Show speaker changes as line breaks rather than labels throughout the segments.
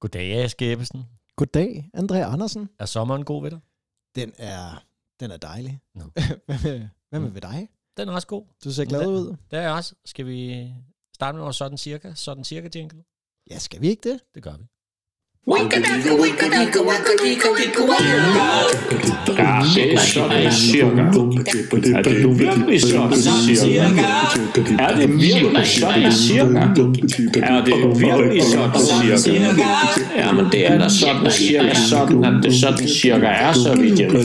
Goddag, Aske Ebbesen.
Goddag, André Andersen.
Er sommeren god ved dig?
Den er, den er dejlig.
Nå. Mm.
hvad, med, hvad med ved dig?
Den er også god.
Du ser glad
Den-
ud.
Det er jeg også. Skal vi starte med vores sådan cirka? Sådan cirka jingle?
Ja, skal vi ikke det?
Det gør vi.
Ja, det er sådan cirka. Er det virkelig sådan cirka? Er det virkelig sådan cirka? Er det virkelig sådan cirka? Ja, men det er da sådan cirka sådan, at det sådan cirka er, så vidt jeg ved.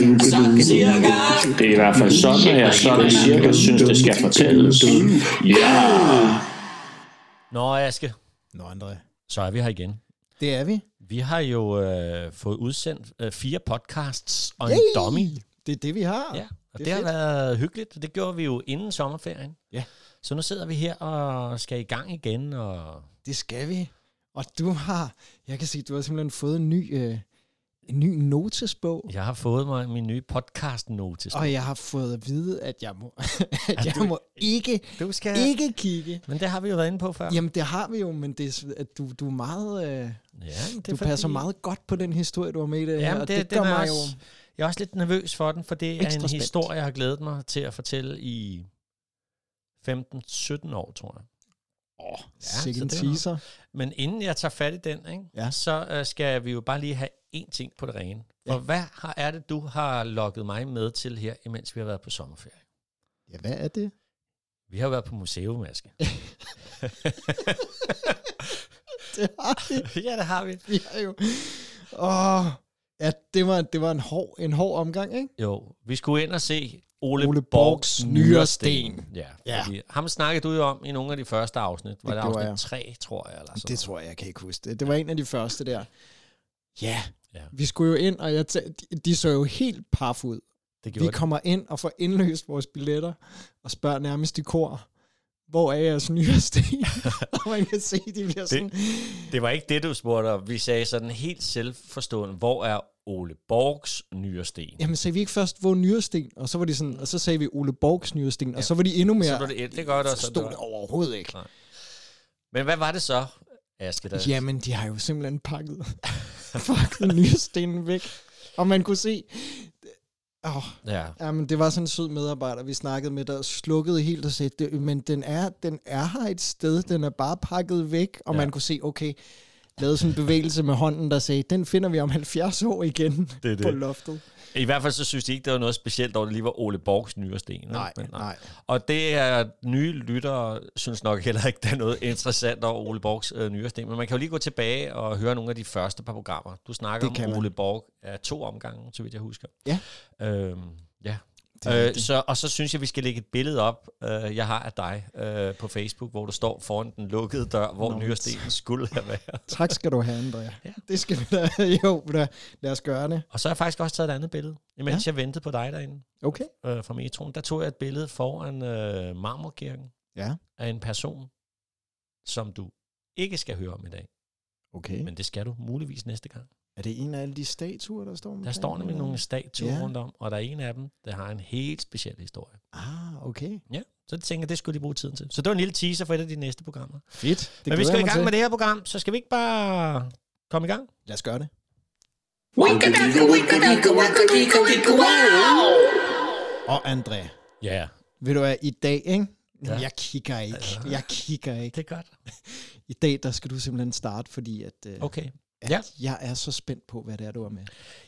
Det er i hvert fald sådan, at jeg sådan cirka synes, det skal fortælles. Ja!
Nå, Aske.
Nå, André.
Så er vi her igen.
Det er vi.
Vi har jo øh, fået udsendt øh, fire podcasts og en
Yay!
dummy.
Det er det, vi har.
Ja, og
det
det, det
er
har
fedt.
været hyggeligt. og Det gjorde vi jo inden sommerferien.
Ja.
Så nu sidder vi her og skal i gang igen. Og
Det skal vi. Og du har, jeg kan sige, du har simpelthen fået en ny, øh, en ny notesbog.
jeg har fået mig min nye podcast-notis.
Og jeg har fået at vide, at jeg må,
Er
at jeg
du-
må ikke,
Du skal...
ikke kigge.
Men det har vi jo været inde på før.
Jamen, det har vi jo, men det er, s- at du, du, er meget, øh,
Ja, men det
du passer meget godt på den historie, du har med i det her.
Jamen,
og
det, det,
gør
den er
mig
også,
jo...
jeg er også lidt nervøs for den, for det er
Ekstra
en
spændt.
historie, jeg har glædet mig til at fortælle i 15-17 år, tror jeg.
Åh,
så
sikke en
det er noget.
teaser.
Men inden jeg tager fat i den, ikke,
Ja.
så øh, skal vi jo bare lige have én ting på det rene.
Ja.
For hvad har, er det, du har lokket mig med til her, imens vi har været på sommerferie?
Ja, hvad er det?
Vi har jo været på museum, Aske.
Det har vi.
ja, det har vi.
vi har jo... Åh, ja, det var, det var en, hård, en hård omgang, ikke?
Jo, vi skulle ind og se Ole,
Ole
Ole
Borchs
Borgs
Nyresten.
Nyresten. Ja,
Ja.
ja. Fordi, ham snakkede du jo om i nogle af de første afsnit. Var
Det
det,
gjorde
afsnit
jeg.
3, tror jeg? Eller sådan
Det tror jeg, jeg kan ikke huske. Det, det var en af de første der. Ja,
Ja.
vi skulle jo ind, og jeg tæ- de, de så jo helt paf ud.
Det
Vi kommer ind og får indløst vores billetter og spørger nærmest i kor, hvor er jeres nyeste? og man kan se, de bliver sådan...
Det var ikke det, du spurgte om. Vi sagde sådan helt selvforstående, hvor er Ole Borgs nyresten?
Jamen sagde vi ikke først, hvor nyresten? Og så var de sådan, og så sagde vi Ole Borgs nyresten, og så var de endnu mere...
Så blev det et. Det gør det, og så
Stod
det-
det overhovedet ikke.
Nej. Men hvad var det så, Aske? Der...
Jamen, de har jo simpelthen pakket, pakket nyrestenen væk. Og man kunne se... Åh,
Ja.
jamen, det var sådan en sød medarbejder, vi snakkede med, der slukkede helt og sagde, "Det- men den er, den er her et sted, den er bare pakket væk, og ja.
Ja.
man kunne se, okay, lavede sådan en bevægelse med hånden, der sagde, den finder vi om 70 år igen
Det er
på
det.
loftet.
I hvert fald så synes de ikke, det var noget specielt over, det lige var Ole Borgs nyresten. vel? Men, Og det er nye lyttere, synes nok heller ikke, der er noget interessant over Ole Borgs øh, nyresten. Men man kan jo lige gå tilbage og høre nogle af de første par programmer. Du snakker
Det kan
om
man.
Ole Borg af to omgange, så vidt jeg husker.
Ja.
Øhm, ja.
er
Øh,
rigtigt.
så, og så synes jeg, vi skal lægge et billede op, øh, jeg har af dig øh, på Facebook, hvor du står foran den lukkede dør, hvor
Nå,
nyrestenen skulle have været.
Tak skal du have, Andrea.
Ja.
Det skal vi da. Jo, da. lad os gøre det.
Og så har jeg faktisk også taget et andet billede, imens ja. jeg ventede på dig derinde
Okay.
øh, fra metroen. Der tog jeg et billede foran øh, Marmorkirken
Ja.
af en person, som du ikke skal høre om i dag.
Okay.
Men det skal du muligvis næste gang.
Er det en af alle de statuer, der står?
Der står nemlig nogle statuer
Ja.
rundt om, og der er en af dem, der har en helt speciel historie.
Ah, okay.
Ja, så det tænker jeg, det skulle de bruge tiden til. Så det var en lille teaser for et af de næste programmer.
Fedt. Det
Men vi skal i gang med det her program, så skal vi ikke bare komme i gang?
Lad os gøre det. Og André,
Ja,
ved du hvad, i dag, ikke?
Ja. Altså.
Jeg kigger ikke. Jeg kigger
det
ikke.
er godt.
I dag, der skal du simpelthen starte, fordi at, øh,
Okay.
at
ja.
jeg er så spændt på, hvad det er, du har med.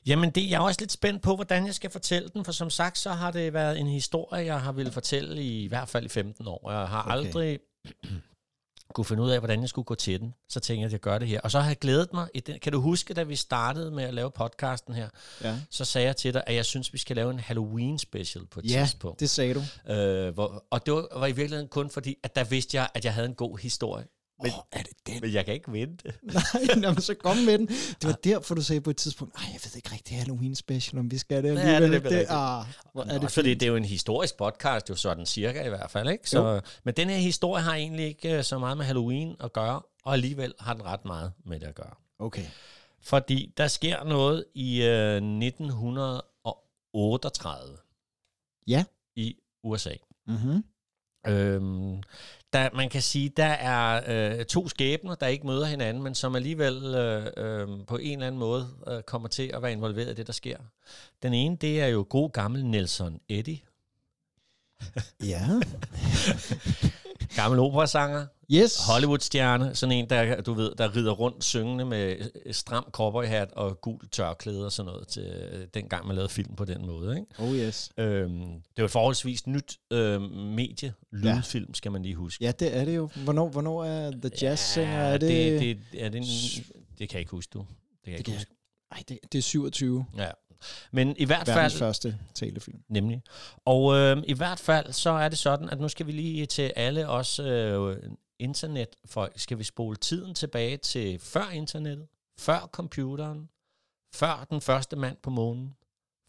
Jamen, det, jeg er også lidt spændt på, hvordan jeg skal fortælle den, for som sagt, så har det været en historie, jeg har ville fortælle i, i hvert fald i 15 år. Jeg har
Okay.
okay. aldrig kunne finde ud af, hvordan jeg skulle gå til den. Så tænkte jeg, at jeg gør det her. Og så har jeg glædet mig. i den- Kan du huske, da vi startede med at lave podcasten her,
Ja.
så sagde jeg til dig, at jeg synes, vi skal lave en Halloween-special på et
Ja,
tidspunkt.
det sagde du.
Øh, hvor, og det var, var i virkeligheden kun fordi, at der vidste jeg, at jeg havde en god historie.
Men, oh, er det den?
Men jeg kan ikke vente.
Nej, nå, men så kom med den. Det var
Ah.
derfor, du sagde på et tidspunkt, nej, jeg ved ikke rigtig Halloween special, om vi skal det
det
alligevel.
nemlig rigtigt.
ah, hvor er
Er
det
det fordi det er jo en historisk podcast, jo sådan cirka i hvert fald. Ikke? Så, men den her historie har egentlig ikke øh, så meget med Halloween at gøre, og alligevel har den ret meget med det at gøre.
Okay.
Fordi der sker noget i øh, 1938
Ja.
i USA.
Mm-hmm.
Øhm, der, man kan sige, der er øh, to skæbner, der ikke møder hinanden, men som alligevel øh, øh, på en eller anden måde øh, kommer til at være involveret i det, der sker. Den ene, det er jo god gammel Nelson Eddy.
Ja.
gammel operasanger,
Yes.
Hollywood-stjerne, sådan en, der, du ved, der rider rundt syngende med øh, stram cowboyhat og gul tørklæde og sådan noget, til, øh, dengang man lavede film på den måde. Ikke?
Oh yes.
Øhm, det var et forholdsvis nyt øh, medie, lydfilm, ja. skal man lige huske.
Ja, det er det jo. Hvornår, hvornår er The Jazz Singer? Ja,
er det... Det, det, er det, en, det kan jeg ikke huske, du. Det kan jeg
det
ikke
kan
huske.
Ej, det, det er 27.
Ja. Men i hvert
Verdens
fald,
første telefilm.
Nemlig. Og øh, i hvert fald, så er det sådan, at nu skal vi lige til alle os øh, internetfolk, skal vi spole tiden tilbage til før internettet, før computeren, før den første mand på månen,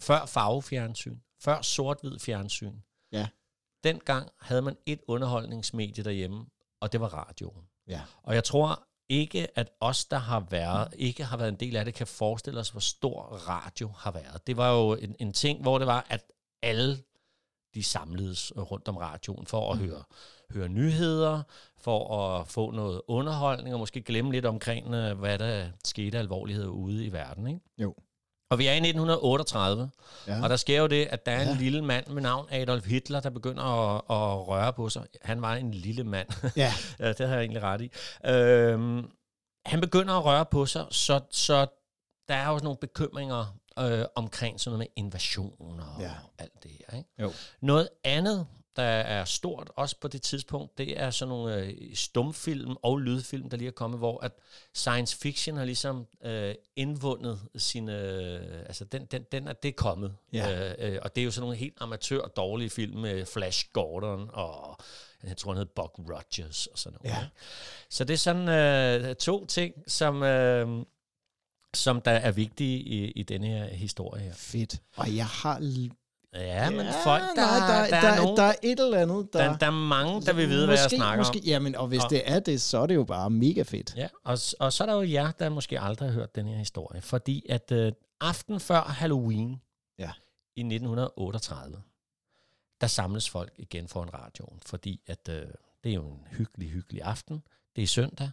før farvefjernsyn, før sort-hvid fjernsyn.
Ja.
Dengang havde man et underholdningsmedie derhjemme, og det var radioen.
Ja.
Og jeg tror ikke, at os, der har været, ikke har været en del af det, kan forestille os, hvor stor radio har været. Det var jo en, en ting, hvor det var, at alle de samledes rundt om radioen for at
Mm.
høre, høre nyheder, for at få noget underholdning, og måske glemme lidt omkring, øh, hvad der skete af alvorlighed ude i verden. Ikke?
Jo.
Og vi er i 1938,
Ja.
og der sker jo det, at der er en
Ja.
ja. lille mand med navn Adolf Hitler, der begynder at, at røre på sig. Han var en lille mand.
ja.
Ja, det har jeg egentlig ret i. Øhm, han begynder at røre på sig, så, så der er jo sådan nogle bekymringer øh, omkring sådan noget med invasion og
Ja.
ja. alt det her. Ikke?
Jo.
Noget andet, der er stort også på det tidspunkt, det er sådan nogle øh, stumfilm og lydfilm, der lige er kommet, hvor at science fiction har ligesom øh, indvundet sine... Øh, altså, den, den, den er det er kommet.
Ja.
Øh, øh, og det er jo sådan nogle helt amatør dårlige film med Flash Gordon og... Jeg tror, han hed Buck Rogers og sådan noget.
Ja.
ikke? Så det er sådan øh, to ting, som, øh, som der er vigtige i, i denne her historie her.
Fedt. Og jeg har... l-
Ja, men
Ja,
folk, der,
nej, der,
der, er nogen,
der
der,
er et eller andet, der...
der, der er mange, der vil vide,
måske,
hvad jeg snakker
måske,
om.
Jamen, og hvis
Og-
det er det, så er det jo bare mega fedt.
Ja, og, s- og så er der jo jer, der måske aldrig har hørt den her historie, fordi at øh, aften før Halloween
Ja.
i 1938, der samles folk igen foran radioen, fordi at øh, det er jo en hyggelig, hyggelig aften. Det er søndag,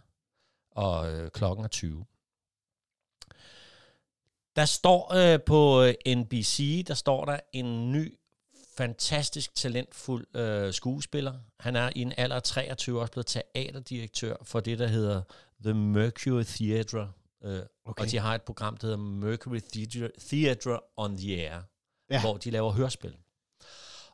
og øh, klokken er 20. Der står øh, på øh, NBC, der står der en ny, fantastisk talentfuld øh, skuespiller. Han er i en alder af 23 også blevet teaterdirektør for det, der hedder The Mercury Theatre. Øh, okay. Og de har et program, der hedder Mercury Theatre, Theatre on the Air,
Ja.
ja. hvor de laver hørspil.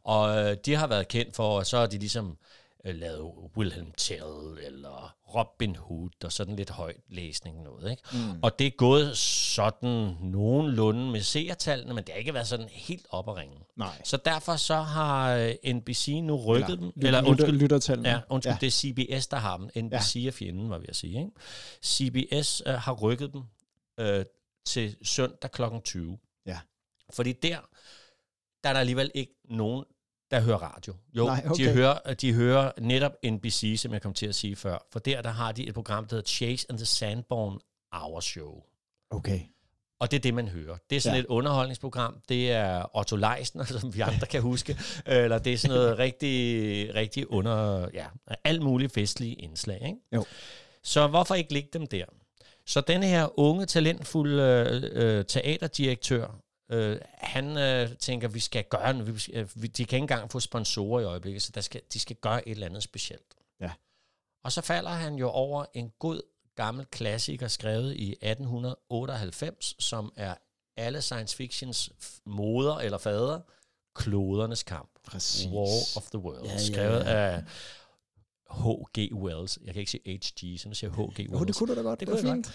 Og øh, de har været kendt for, og så har de ligesom øh, lavet Wilhelm Tell eller Robin Hood og sådan lidt højt læsning noget. Ikke? Mm. Og det er gået sådan nogenlunde med seertallene, men det har ikke været sådan helt op at ringe.
Nej.
Så derfor så har øh, NBC nu rykket dem.
Eller undskyld, lyttertallene.
Ja, undskyld, ja. det er CBS, der har dem. NBC
Ja.
ja. er fjenden, var vi at sige. Ikke? CBS øh, har rykket dem øh, til søndag kl. 20.
Ja.
Fordi der, der er der alligevel ikke nogen, der hører radio. Jo,
Nej, okay.
de, hører, de hører netop NBC, som jeg kom til at sige før. For der, der har de et program, der hedder Chase and the Sandborn Hour Show.
Okay.
Og det er det, man hører. Det er sådan
Ja.
ja. et underholdningsprogram. Det er Otto Leisner, som vi andre kan huske. Eller det er sådan noget rigtig, rigtig under... Ja, alt muligt festlige indslag, ikke?
Jo.
Så hvorfor ikke lægge dem der? Så den her unge, talentfulde øh, øh, teaterdirektør, øh, han øh, tænker, vi skal gøre noget. Vi, skal- øh, vi, de kan ikke engang få sponsorer i øjeblikket, så der skal, de skal gøre et eller andet specielt.
Ja.
Og så falder han jo over en god gammel klassiker, skrevet i 1898, som er alle science fictions f- moder eller fader, Klodernes kamp.
Præcis.
War of the Worlds,
Ja,
ja,
ja,
ja, skrevet af H.G. Wells. Jeg kan ikke sige H.G., så nu siger jeg H.G.
Jo, det
Wells.
kunne du da godt.
Det
Det, var
kunne jeg
fint.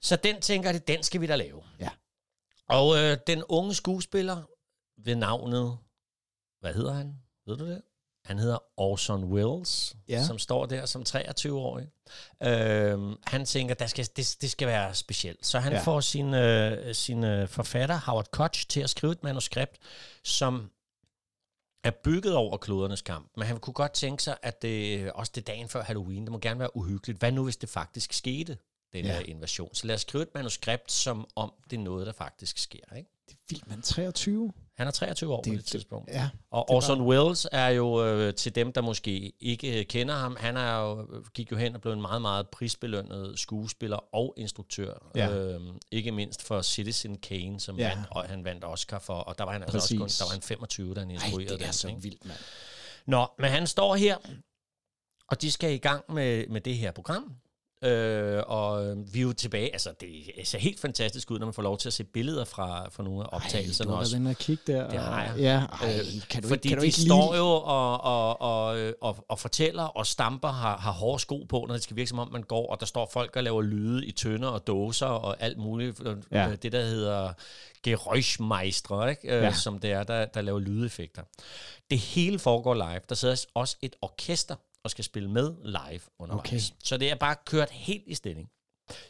Så den tænker det, den skal vi da lave.
Ja.
Og øh, den unge skuespiller ved navnet, hvad hedder han? Ved du det? Han hedder Orson Welles,
Ja.
ja. som står der som 23-årig. Øhm, han tænker, der skal, det, det skal være specielt. Så han
Ja.
ja. får sin, øh, sin øh, forfatter, Howard Koch, til at skrive et manuskript, som er bygget over klodernes kamp. Men han kunne godt tænke sig, at det, også det dagen før Halloween, det må gerne være uhyggeligt. Hvad nu, hvis det faktisk skete, den
Ja.
ja. her invasion? Så lad os skrive et manuskript, som om det er noget, der faktisk sker. Ikke?
Det er vildt, man. 23.
Han er 23 år det, på det tidspunkt.
Ja,
Og Orson Welles er jo, øh, til dem der måske ikke øh, kender ham, han er jo, øh, gik jo hen og blev en meget, meget prisbelønnet skuespiller og instruktør.
Ja.
Øhm, ikke mindst for Citizen Kane, som
Ja.
ja. vandt, og han vandt Oscar for, og der var han altså også
Præcis.
kun, der var han 25, da han
Ej,
instruerede
det er
den,
så
ikke?
vildt, mand.
Nå, men han står her, og de skal i gang med, med det her program. Øh, og øh, vi er jo tilbage, altså det ser helt fantastisk ud, når man får lov til at se billeder fra, fra nogle af optagelserne
Ej, du har
også.
været inde og kigge der.
Det har jeg. Øh,
og- Ja, ej, kan du
Fordi
ikke, kan du
de
ikke
står
lide?
jo og, og, og, øh, og, og fortæller og stamper, har, har hårde sko på, når det skal virke som om man går, og der står folk og laver lyde i tønder og dåser og alt muligt. Øh,
Ja.
Det der hedder Geräuschmeister, ikke? Ja.
Ja.
som det er, der, der laver lydeffekter. Det hele foregår live. Der sidder også et orkester og skal spille med live undervejs.
Okay.
Så det er bare kørt helt i stilling.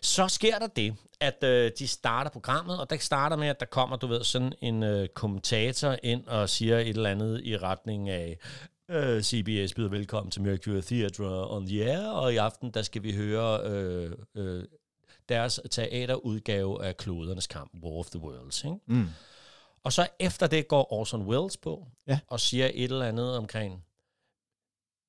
Så sker der det, at øh, de starter programmet, og der starter med, at der kommer, du ved, sådan en øh, kommentator ind og siger et eller andet i retning af, øh, CBS byder velkommen til Mercury Theatre on the Air, og i aften, der skal vi høre øh, øh, deres teaterudgave af Klodernes Kamp, War of the Worlds. Ikke?
Mm.
Og så efter det går Orson Welles på
Ja.
og siger et eller andet omkring,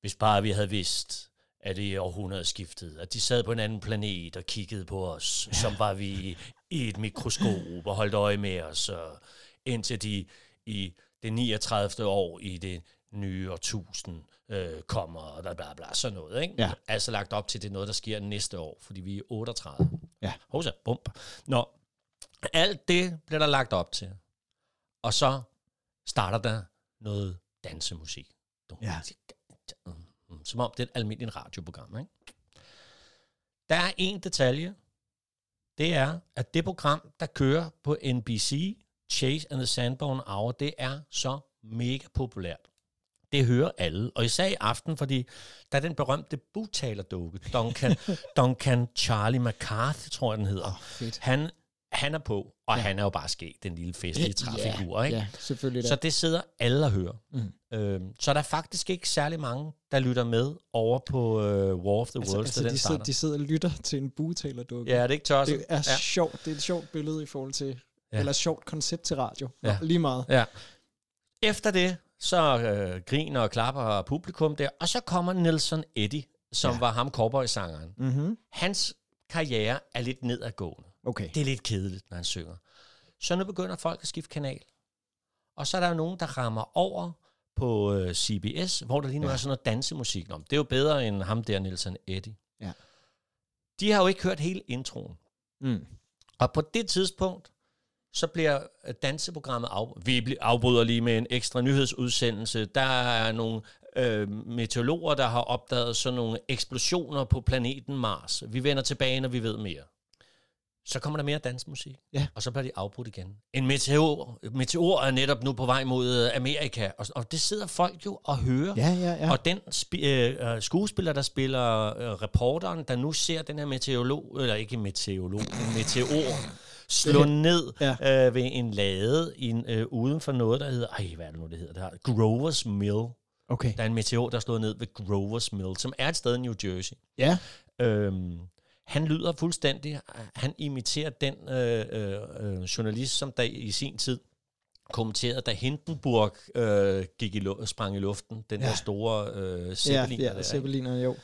hvis bare vi havde vidst, at det århundrede skiftede, at de sad på en anden planet og kiggede på os, som var vi i et mikroskop og holdt øje med os, og indtil de i det 39. år i det nye årtusind øh, kommer, og bla bla bla, sådan noget. Ikke?
Ja.
Altså lagt op til, at det er noget, der sker næste år, fordi vi er 38.
Ja.
Hosa, bump. Nå, alt det bliver der lagt op til. Og så starter der noget dansemusik. Dum,
Ja.
tsk, mm, mm, Som om det er et almindeligt radioprogram. Ikke? Der er en detalje. Det er, at det program, der kører på NBC, Chase and the Sandbone Hour, det er så mega populært. Det hører alle, og især i aften, fordi der er den berømte butalerdukke, Duncan, Duncan Charlie McCarthy, tror jeg den hedder.
fedt.
han, han er på, og ja. han er jo bare skæg, den lille festlige træfigur, ikke?
Ja, selvfølgelig da.
Så det sidder alle og hører.
Mm.
Øhm, så der er faktisk ikke særlig mange, der lytter med over på øh, War of the
altså,
Worlds,
altså,
da den
de, sidder,
starter.
de sidder og lytter til en butalerdukke.
Ja, er det ikke tosset?
Det er
ja.
ja. sjovt. Det er et sjovt billede i forhold til,
Ja.
ja. eller sjovt koncept til radio.
Ja.
Ja. Lige meget.
Ja. Efter det, så øh, griner og klapper publikum der, og så kommer Nelson Eddy, som ja. var ham cowboy-sangeren.
Mm-hmm.
Hans karriere er lidt nedadgående.
Okay.
Det er lidt kedeligt, når han synger. Så nu begynder folk at skifte kanal. Og så er der jo nogen, der rammer over på øh, CBS, hvor der lige nu ja. er sådan noget dansemusik om. Det er jo bedre end ham der, Nelson Eddy.
Ja.
De har jo ikke hørt hele introen.
Mm.
Og på det tidspunkt, så bliver øh, danseprogrammet af... Vi bl- afbryder lige med en ekstra nyhedsudsendelse. Der er nogle øh, meteorologer, der har opdaget sådan nogle eksplosioner på planeten Mars. Vi vender tilbage, når vi ved mere. Så kommer der mere dansmusik,
Ja.
og så bliver de afbrudt igen. En meteor, meteor er netop nu på vej mod øh, Amerika, og, og det sidder folk jo og hører.
Ja, ja, ja.
Og den spi- øh, øh, skuespiller, der spiller øh, reporteren, der nu ser den her meteorolog, eller ikke meteorolog, en meteor, slå ned ja. øh, ved en lade i en, øh, uden for noget, der hedder, ej, hvad er det nu, det hedder? Det her? Grover's Mill.
Okay.
Der er en meteor, der er slået ned ved Grover's Mill, som er et sted i New Jersey.
Ja.
Øhm, han lyder fuldstændig, han imiterer den øh, øh, øh, journalist, som der i sin tid kommenterede, da Hindenburg øh, gik i lu- sprang i luften, den ja.
Ja.
der store øh,
Ja,
zeppelin.
ja, Zeppeliner, jo.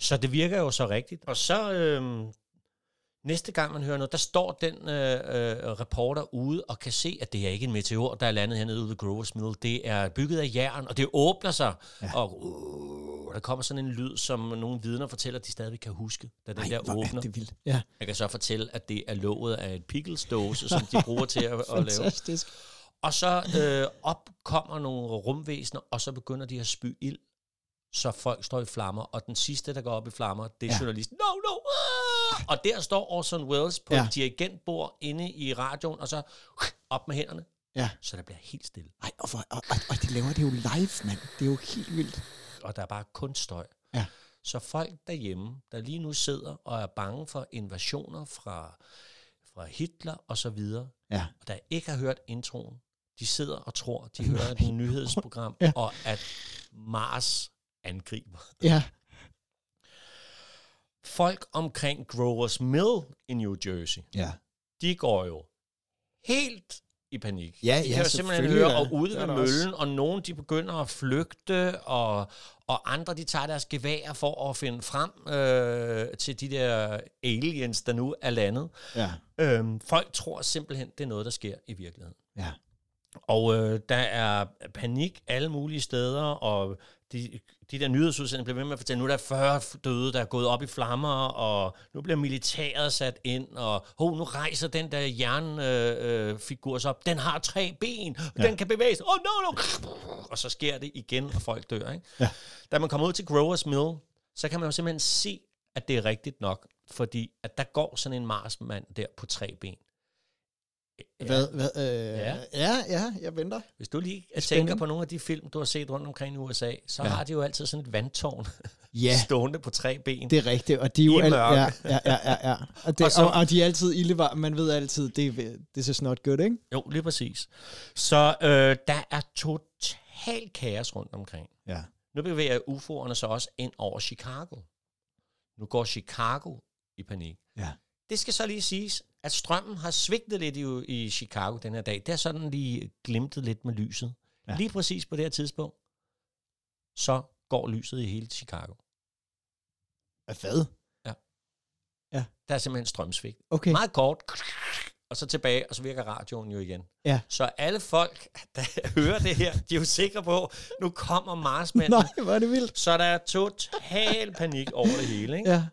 Så det virker jo så rigtigt. Og så øhm, næste gang man hører noget, der står den øh, øh, reporter ude og kan se, at det er ikke en meteor, der er landet hernede ude ved Grover's Mill. Det er bygget af jern, og det åbner sig. Ja. Og uh, der kommer sådan en lyd, som nogle vidner fortæller, at de stadigvæk kan huske, da den Ej, der
hvor
åbner.
er det vildt. Ja,
Jeg kan så fortælle, at det er låget af et pickles-dåse, som de bruger til at, at lave.
fantastisk.
Og så øh, opkommer nogle rumvæsener, og så begynder de at spy ild, så folk står i flammer, og den sidste, der går op i flammer, det er ja.
Ja.
journalisten. No, no! Ah! Og der står Orson Welles på ja.
Ja.
et dirigentbord inde i radioen, og så op med hænderne,
Ja.
så der bliver helt stille,
Ej, og, for, og, og, og de laver det jo live, mand. Det er jo helt vildt.
og der er bare kun støj.
Ja.
Så folk derhjemme, der lige nu sidder og er bange for invasioner fra, fra Hitler og så videre,
Ja.
og der ikke har hørt introen, de sidder og tror, de hører et nyhedsprogram, ja.
Ja.
og at Mars angriber.
Ja.
Folk omkring Grover's Mill i New Jersey,
Ja.
de går jo helt i panik.
Ja,
de
ja,
kan jo simpelthen
selvfølgelig,
høre,
ja.
og ude
Det
ved
er
møllen,
der også.
også. og nogen de begynder at flygte, og, og andre de tager deres gevær for at finde frem øh, til de der aliens, der nu er landet.
Ja.
Øhm, folk tror simpelthen, det er noget, der sker i virkeligheden.
Ja.
Og øh, der er panik alle mulige steder, og de, de der nyhedsudsendelser bliver ved med at fortælle, nu er der 40 døde, der er gået op i flammer, og nu bliver militæret sat ind, og ho, nu rejser den der jernfigur øh, figur sig op, den har tre ben, ja. den kan bevæge sig, oh, no, no. og så sker det igen, og folk dør. Ikke?
Ja.
Da man kommer ud til Growers Mill, så kan man jo simpelthen se, at det er rigtigt nok, fordi at der går sådan en marsmand der på tre ben. Ja.
Hvad, hvad, øh,
Ja.
ja. ja, ja, jeg venter.
Hvis du lige tænker
Spændende.
på nogle af de film, du har set rundt omkring i USA, så ja.
Ja.
har de jo altid sådan et vandtårn
Ja,
ja. stående på tre ben.
det
Det.
er rigtigt, og de er jo
I mørke.
ja, ja, ja, ja, ja. Og, det,
Og
og,
så-
og, og, de er altid ildevar. Man ved altid, det er- this is not good, ikke?
Jo, lige præcis. Så øh, der er total kaos rundt omkring.
Ja.
Nu bevæger UFO'erne så også ind over Chicago. Nu går Chicago i panik.
Ja.
Det skal så lige siges, at strømmen har svigtet lidt i, i Chicago den her dag. Det har sådan lige glimtet lidt med lyset. Ja.
Ja.
Lige præcis på det her tidspunkt, så går lyset i hele Chicago.
Hvad?
Der er simpelthen strømsvigt.
Okay.
Meget kort. Og så tilbage, og så virker radioen jo igen.
Ja.
Så alle folk, der hører det her, de er jo sikre på, nu kommer Marsmanden.
Nej, hvor er det vildt.
Så der er total panik over det hele. Ikke? Ja.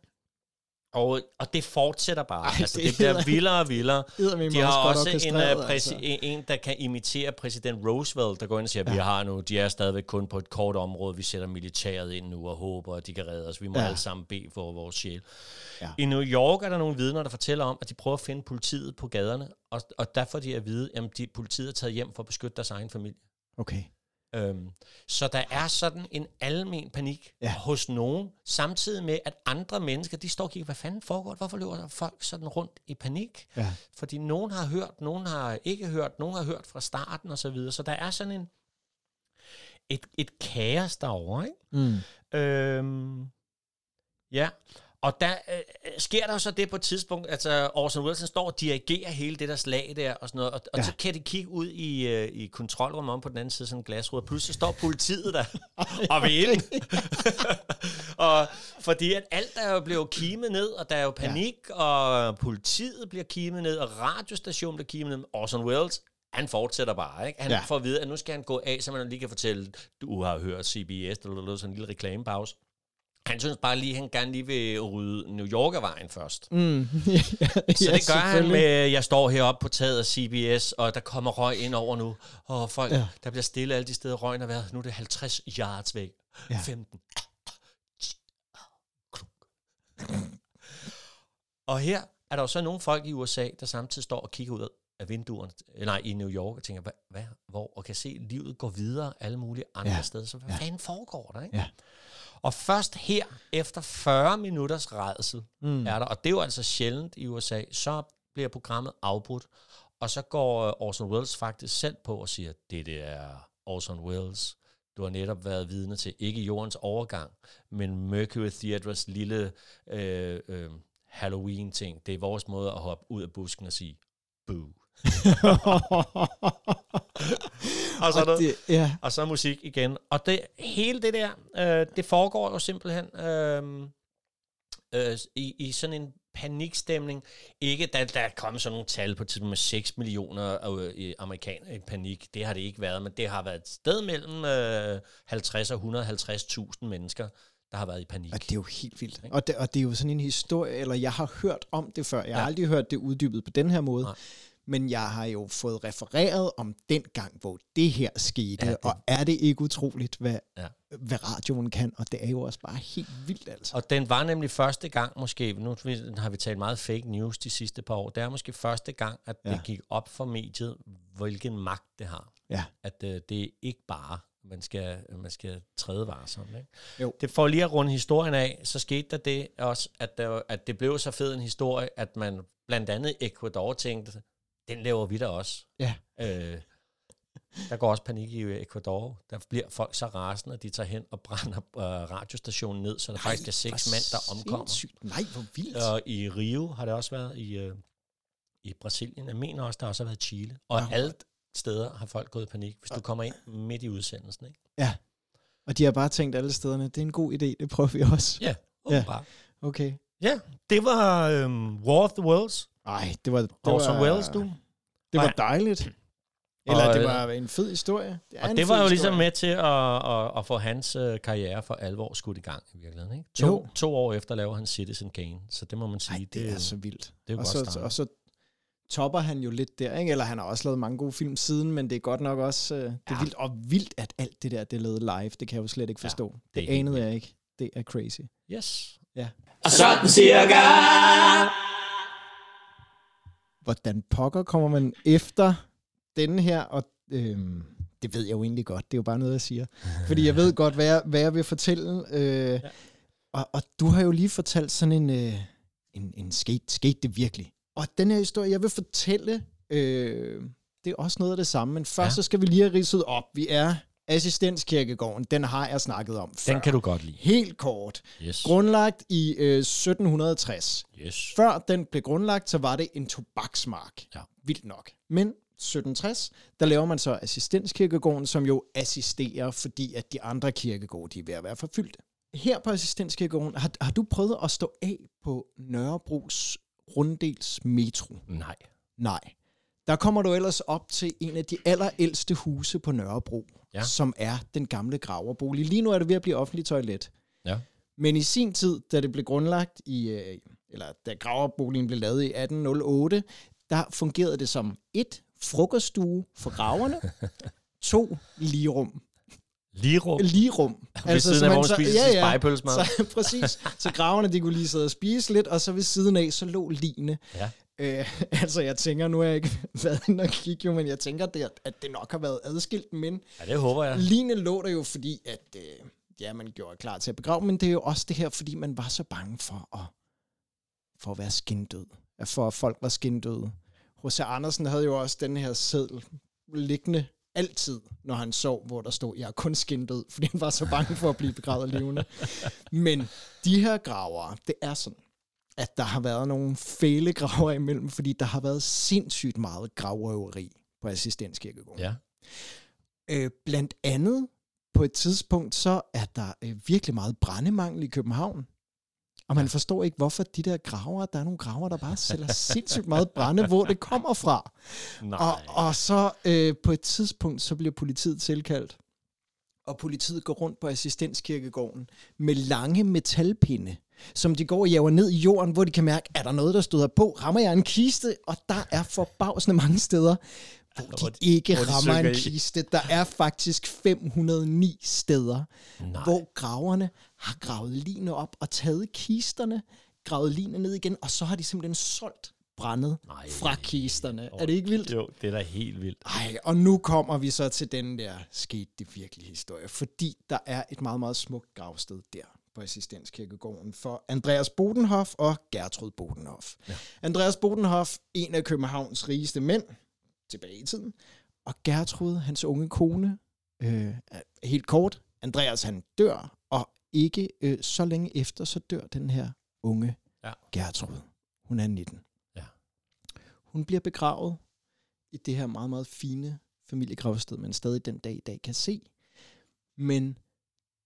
Ja,
Og, og det fortsætter bare. Ej,
Ej,
altså,
det
det bliver
hedder-
vildere og vildere.
eddermame
De har
godt
også en,
orkestreret, altså.
uh, præsi- en, en, der kan imitere præsident Roosevelt, der går ind og siger, ja. vi har nu, de er stadigvæk kun på et kort område, vi sætter militæret ind nu og håber, at de kan redde os. Vi må ja.
Ja.
alle sammen bede for vores sjæl. Ja.
Ja.
I New York er der nogle vidner, der fortæller om, at de prøver at finde politiet på gaderne, og, og der får de at vide, at de, politiet er taget hjem for at beskytte deres egen familie.
Okay.
Øhm, så der er sådan en almen panik ja.
Ja.
hos nogen, samtidig med, at andre mennesker, de står og kigger, hvad fanden foregår der? Hvorfor løber der folk sådan rundt i panik?
Ja.
Fordi nogen har hørt, nogen har ikke hørt, nogen har hørt fra starten og så videre. Så der er sådan en et, et kaos derovre, ikke?
Mm.
Øhm, ja, og der øh, sker der jo så det på et tidspunkt, altså Orson Welles står og dirigerer hele det der slag der og sådan noget, og, og ja.
Ja.
så kan de kigge ud i, øh, i kontrolrummet om på den anden side af sådan en glasrude, og pludselig står politiet der og ved ilden. og fordi at alt er jo blevet kimet ned, og der er jo panik, ja. og politiet bliver kimet ned, og radiostationen bliver kimet ned. Orson Welles, han fortsætter bare, ikke? Han ja.
Ja.
får at vide, at nu skal han gå af, så man lige kan fortælle, du har hørt CBS, der lavede sådan en lille reklamepause. Han synes bare lige, at han gerne lige vil rydde New Yorker-vejen først.
Mm.
Så
ja,
det gør han
selvfølgelig.
med, jeg står heroppe på taget af CBS, og der kommer røg ind over nu, og folk, ja.
Ja.
der bliver stille alle de steder, røgen har været, nu er det 50 yards væk. Ja.
Ja.
15. og her er der jo så nogle folk i USA, der samtidig står og kigger ud af vinduerne, nej, i New York, og tænker, hvad, hvad hvor, og kan se, at livet går videre alle mulige andre ja.
Ja.
steder, så hvad ja.
Ja.
fanden foregår der, ikke?
Ja.
Og først her, efter 40 minutters redsel, mm.
Mm.
er der, og det er jo altså sjældent i USA, så bliver programmet afbrudt, og så går øh, Orson Welles faktisk selv på og siger, det det er Orson Welles, du har netop været vidne til, ikke jordens overgang, men Mercury Theatres lille øh, øh, Halloween-ting. Det er vores måde at hoppe ud af busken og sige, boo. Og så er der-
det, ja.
og så musik igen. Og det, hele det der, øh, det foregår jo simpelthen øh, øh, i, i sådan en panikstemning. Ikke, der, der er kommet sådan nogle tal på et tidspunkt med 6 millioner øh, øh, amerikanere i panik. Det har det ikke været, men det har været et sted mellem øh, 50 og 150.000 mennesker, der har været i panik.
Og det er jo helt vildt. Og det, og det er jo sådan en historie, eller jeg har hørt om det før. Jeg har
Ja.
aldrig hørt det uddybet på den her måde.
Nej.
Men jeg har jo fået refereret om den gang, hvor det her skete.
Ja,
Ja,
det-
det. Og er det ikke utroligt, hvad,
Ja.
ja. hvad radioen kan? Og det er jo også bare helt vildt, altså.
Og den var nemlig første gang måske, nu har vi talt meget fake news de sidste par år, det er måske første gang, at ja.
Ja.
det gik op for mediet, hvilken magt det har.
Ja.
At øh, det er ikke bare, man skal, man skal træde varsomt. Ikke?
Jo.
Det for lige at runde historien af, så skete der det også, at, der, at det blev så fed en historie, at man blandt andet i Ecuador tænkte, den laver vi da også.
Ja.
Øh, der går også panik i Ecuador. Der bliver folk så rasende, at de tager hen og brænder øh, radiostationen ned, så der Nej, faktisk er
hvor
seks mænd, der omkommer.
sindssygt. Nej, hvor vildt.
Og i Rio har det også været i, øh, i Brasilien. Jeg mener også, der har også har været Chile. Og ja. alle steder har folk gået i panik, hvis du kommer ind midt i udsendelsen. Ikke?
Ja. Og de har bare tænkt alle stederne, det er en god idé, det prøver vi også.
Ja, åbenbart.
Ja. Okay.
Ja, det var øhm, War of the Worlds.
Nej, det var... Det
Orson
var,
Welles, du.
Det var
Nej.
dejligt. Eller
Og, øh,
det var en fed historie. Det er
Og
en
det
fed
var jo ligesom
historie.
med til at, at, at få hans øh, karriere for alvor skudt i gang i virkeligheden. Ikke? To,
Jo.
to år efter laver han Citizen Kane, så det må man sige.
Ej, det er altså- så vildt.
det er
og,
godt
så,
startet.
og så topper han jo lidt der, ikke? Eller han har også lavet mange gode film siden, men det er godt nok også... Øh, det er
Ja.
ja. vildt, og vildt, at alt det der, det er lavet live. Det kan jeg jo slet ikke
Ja,
forstå. Ja,
det
det,
er
det
helt
anede jeg ikke. Det er crazy.
Yes.
Ja.
Og sådan cirka.
Hvordan pokker kommer man efter den her, og øhm, det ved jeg jo egentlig godt, det er jo bare noget, jeg siger. Fordi jeg ved godt, hvad jeg, hvad jeg vil fortælle. Øh, ja. og, og du har jo lige fortalt sådan en, øh, en, en skete, skete det virkelig. Og den her historie, jeg vil fortælle, øh, det er også noget af det samme, men først
Ja.
ja. så skal vi lige have ridset op. Vi er assistenskirkegården, den har jeg snakket om før.
Den kan du godt lide.
Helt kort.
Yes.
Grundlagt i øh, 1760.
yes.
Før den blev grundlagt, så var det en tobaksmark.
Ja.
Vildt nok. Men 1760, der laver man så assistenskirkegården, som jo assisterer, fordi at de andre kirkegårde, de er ved at være forfyldte. Her på assistenskirkegården, har, har du prøvet at stå af på Nørrebros runddels metro?
Nej.
Nej. Der kommer du ellers op til en af de allerældste huse på Nørrebro,
Ja.
ja. som er den gamle graverbolig. Lige nu er det ved at blive offentligt toilet.
Ja.
Men i sin tid, da det blev grundlagt i, øh, eller da graverboligen blev lavet i 1808, der fungerede det som et frokoststue for graverne, to ligerum.
Ligerum.
Ligerum.
Ved siden
Altså, så
af,
man
hvor hun
så-
spiser sin spegepølsemad.
Så, præcis. Så graverne, de kunne lige sidde og spise lidt, og så ved siden af, så lå ligene.
Ja.
Øh, altså, jeg tænker, nu har jeg ikke været inde og kigge, jo, men jeg tænker, det, at det nok har været adskilt, men
ja, det håber jeg.
Line lå der jo, fordi at, øh, ja, man gjorde klar til at begrave, men det er jo også det her, fordi man var så bange for at, for at være skindød. At For at folk var skindøde. H.C. Andersen havde jo også den her seddel liggende altid, når han sov, hvor der stod, jeg er kun skindød, fordi han var så bange for at blive begravet levende. Men de her gravere, det er sådan, at der har været nogle fælegraver imellem, fordi der har været sindssygt meget gravrøveri på assistenskirkegården.
Ja.
Øh, blandt andet på et tidspunkt, så er der øh, virkelig meget brændemangel i København. Og man ja. forstår ikke, hvorfor de der graver, der er nogle graver, der bare sælger sindssygt meget brænde, hvor det kommer fra.
Nej.
Og, og så øh, på et tidspunkt, så bliver politiet tilkaldt. Og politiet går rundt på assistenskirkegården med lange metalpinde, som de går og jager ned i jorden, hvor de kan mærke, er der noget, der støder på? Rammer jeg en kiste? Og der er forbavsende mange steder, hvor de ikke
hvor de
rammer
synker
en
i.
kiste. Der er faktisk 509 steder,
Nej.
hvor graverne har gravet lignende op og taget kisterne, gravet lignende ned igen, og så har de simpelthen solgt brændet
Nej.
fra kisterne. Er det ikke vildt?
Jo, det er da helt vildt.
Ej, og nu kommer vi så til den der skete det virkelig historie, fordi der er et meget, meget smukt gravsted der på assistenskirkegården for Andreas Bodenhoff og Gertrud Bodenhoff. Ja. Andreas Bodenhoff, en af Københavns rigeste mænd tilbage i tiden, og Gertrud, hans unge kone, øh, er- helt kort, Andreas han dør, og ikke øh, så længe efter, så dør den her unge
Ja.
ja. Gertrud. Hun er 19.
Ja.
Hun bliver begravet i det her meget, meget fine familiegravsted, man stadig den dag i dag kan se. Men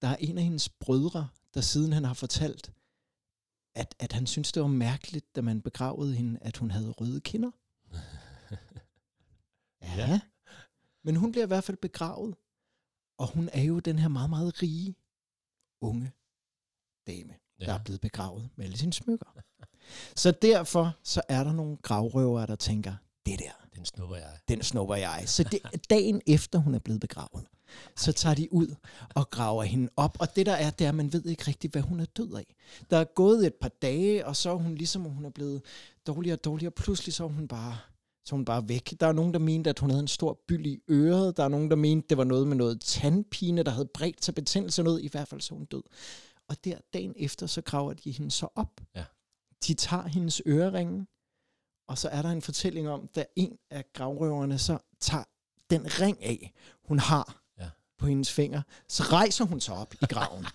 der er en af hendes brødre, der siden han har fortalt, at, at han synes, det var mærkeligt, da man begravede hende, at hun havde røde kinder. ja.
Ja.
ja. Men hun bliver i hvert fald begravet. Og hun er jo den her meget, meget rige, unge dame, ja. der
Ja.
er blevet begravet med alle sine smykker. Så derfor så er der nogle gravrøvere, der tænker, det der,
Den snupper jeg.
den snupper jeg. Så det, dagen efter hun er blevet begravet, så tager de ud og graver hende op. Og det der er, det er, at man ved ikke rigtigt, hvad hun er død af. Der er gået et par dage, og så er hun ligesom, hun er blevet dårligere og dårligere. Pludselig så er hun bare så er hun bare væk. Der er nogen, der mente, at hun havde en stor byld i øret. Der er nogen, der mente, det var noget med noget tandpine, der havde bredt sig betændelse og noget. I hvert fald så er hun død. Og der dagen efter, så graver de hende så op.
Ja.
De tager hendes øreringe, og så er der en fortælling om, da en af gravrøverne så tager den ring af, hun har
Ja.
ja. på hendes finger, så rejser hun sig op i graven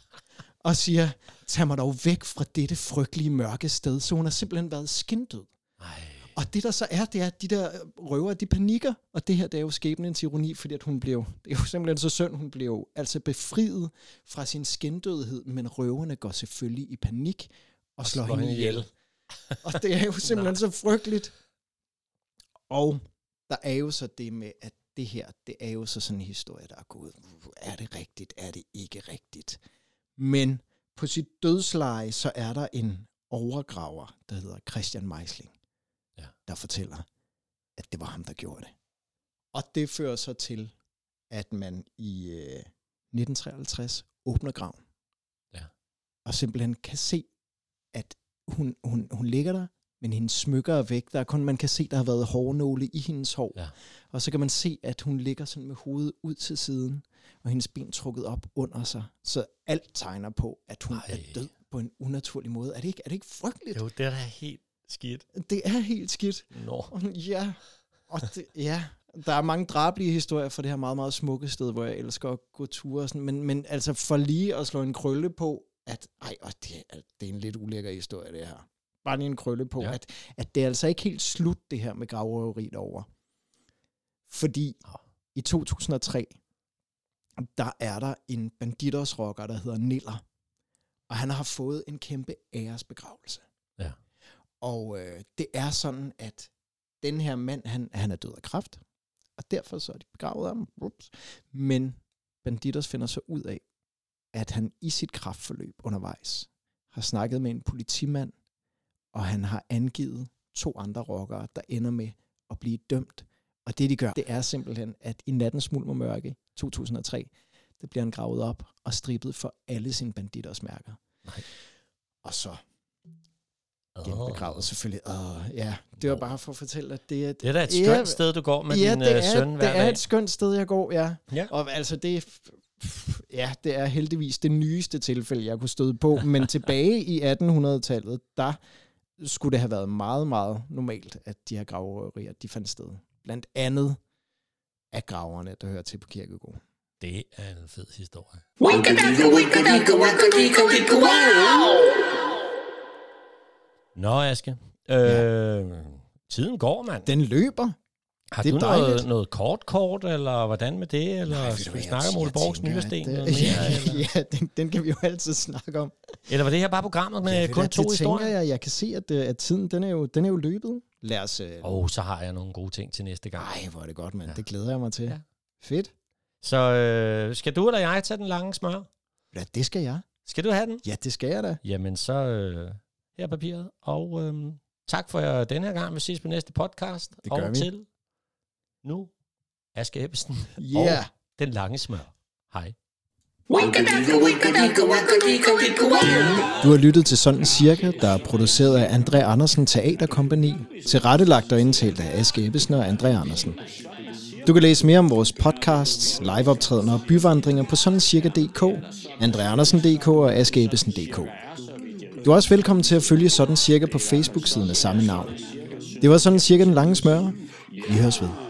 og siger, tag mig dog væk fra dette frygtelige mørke sted. Så hun har simpelthen været skindød.
Nej.
Og det der så er, det er, at de der røver, de panikker, og det her, det er jo skæbnens ironi, fordi at hun blev, det er jo simpelthen så synd, hun blev altså befriet fra sin skindødhed, men røverne går selvfølgelig i panik og, og slår, slår hende ihjel. ihjel. og det er jo simpelthen så frygteligt. Og der er jo så det med, at det her, det er jo så sådan en historie, der er gået, "Uh, er det rigtigt, er det ikke rigtigt? Men på sit dødsleje, så er der en overgraver, der hedder Christian Meisling, ja. der fortæller, at det var ham, der gjorde det. Og det fører så til, at man i øh, 1953 åbner graven. Ja. Og simpelthen kan se, at hun, hun, hun ligger der, men hendes smykker er væk. Der er kun, man kan se, der har været hårnåle i hendes hår. Ja. Og så kan man se, at hun ligger sådan med hovedet ud til siden, og hendes ben trukket op under sig. Så alt tegner på, at hun Ej. er død på en unaturlig måde. Er det ikke, er det ikke frygteligt?
Jo, det er da helt skidt.
Det er helt skidt.
Nå.
No. Ja, og det, ja. Der er mange drabelige historier fra det her meget, meget smukke sted, hvor jeg elsker at gå ture. Og sådan. Men, men altså for lige at slå en krølle på, at ej, og det, er, det er en lidt ulækker historie, det her. Bare lige en krølle på, ja. at, at det er altså ikke helt slut, det her med gravrøveriet over. Fordi ja. i 2003, der er der en banditersrocker, der hedder Niller. Og han har fået en kæmpe æresbegravelse. Ja. Og øh, det er sådan, at den her mand, han, han er død af kræft. Og derfor så er de begravet ham. Ups. Men banditers finder så ud af, at han i sit kraftforløb undervejs har snakket med en politimand, og han har angivet to andre rockere, der ender med at blive dømt. Og det de gør, det er simpelthen, at i nattens mulm og mørke 2003, der bliver han gravet op og strippet for alle sine banditers mærker. Nej. Og så genbegravet oh. selvfølgelig. Oh, ja, det var bare for at fortælle, at det er...
Det er da et skønt ja, sted, du går med ja, din det er, søn
hver
det
er et skønt sted, jeg går, ja. ja. Og altså, det ja, det er heldigvis det nyeste tilfælde, jeg kunne støde på, men tilbage i 1800-tallet, der skulle det have været meget, meget normalt, at de her gravrøverier, de fandt sted. Blandt andet af graverne, der hører til på kirkegården.
Det er en fed historie. Nå, Aske. Øh, ja. Tiden går, mand.
Den løber.
Har det er du dejligt. noget, noget kort kort, eller hvordan med det? Eller Nej, skal vi snakke om Ole Borgs nyresten?
Ja, ja den, den kan vi jo altid snakke om.
Eller var det her bare programmet med ja, øh, kun
det,
to det historier?
tænker jeg. Jeg kan se, at, øh, at tiden den er, jo, den er jo løbet. Lad os... øh, Åh,
uh... oh, så har jeg nogle gode ting til næste gang.
Nej, hvor er det godt, mand. Ja. Det glæder jeg mig til. Ja. Fedt.
Så øh, skal du eller jeg tage den lange smør?
Ja, det skal jeg.
Skal du have den?
Ja, det skal jeg da.
Jamen, så øh, her er papiret. Og øh, tak for øh, denne her gang. Vi ses på næste podcast.
Det gør
og
vi.
til nu Aske Ebbesen
yeah. og
Den Lange Smør. Hej.
Du har lyttet til Sådan Cirka, der er produceret af André Andersen Teaterkompagni, tilrettelagt og indtalt af Aske Ebbesen og André Andersen. Du kan læse mere om vores podcasts, liveoptrædener og byvandringer på sådancirka.dk, andreandersen.dk og askeebbesen.dk. Du er også velkommen til at følge Sådan Cirka på Facebook-siden af samme navn. Det var Sådan Cirka den lange smør. Vi høres ved.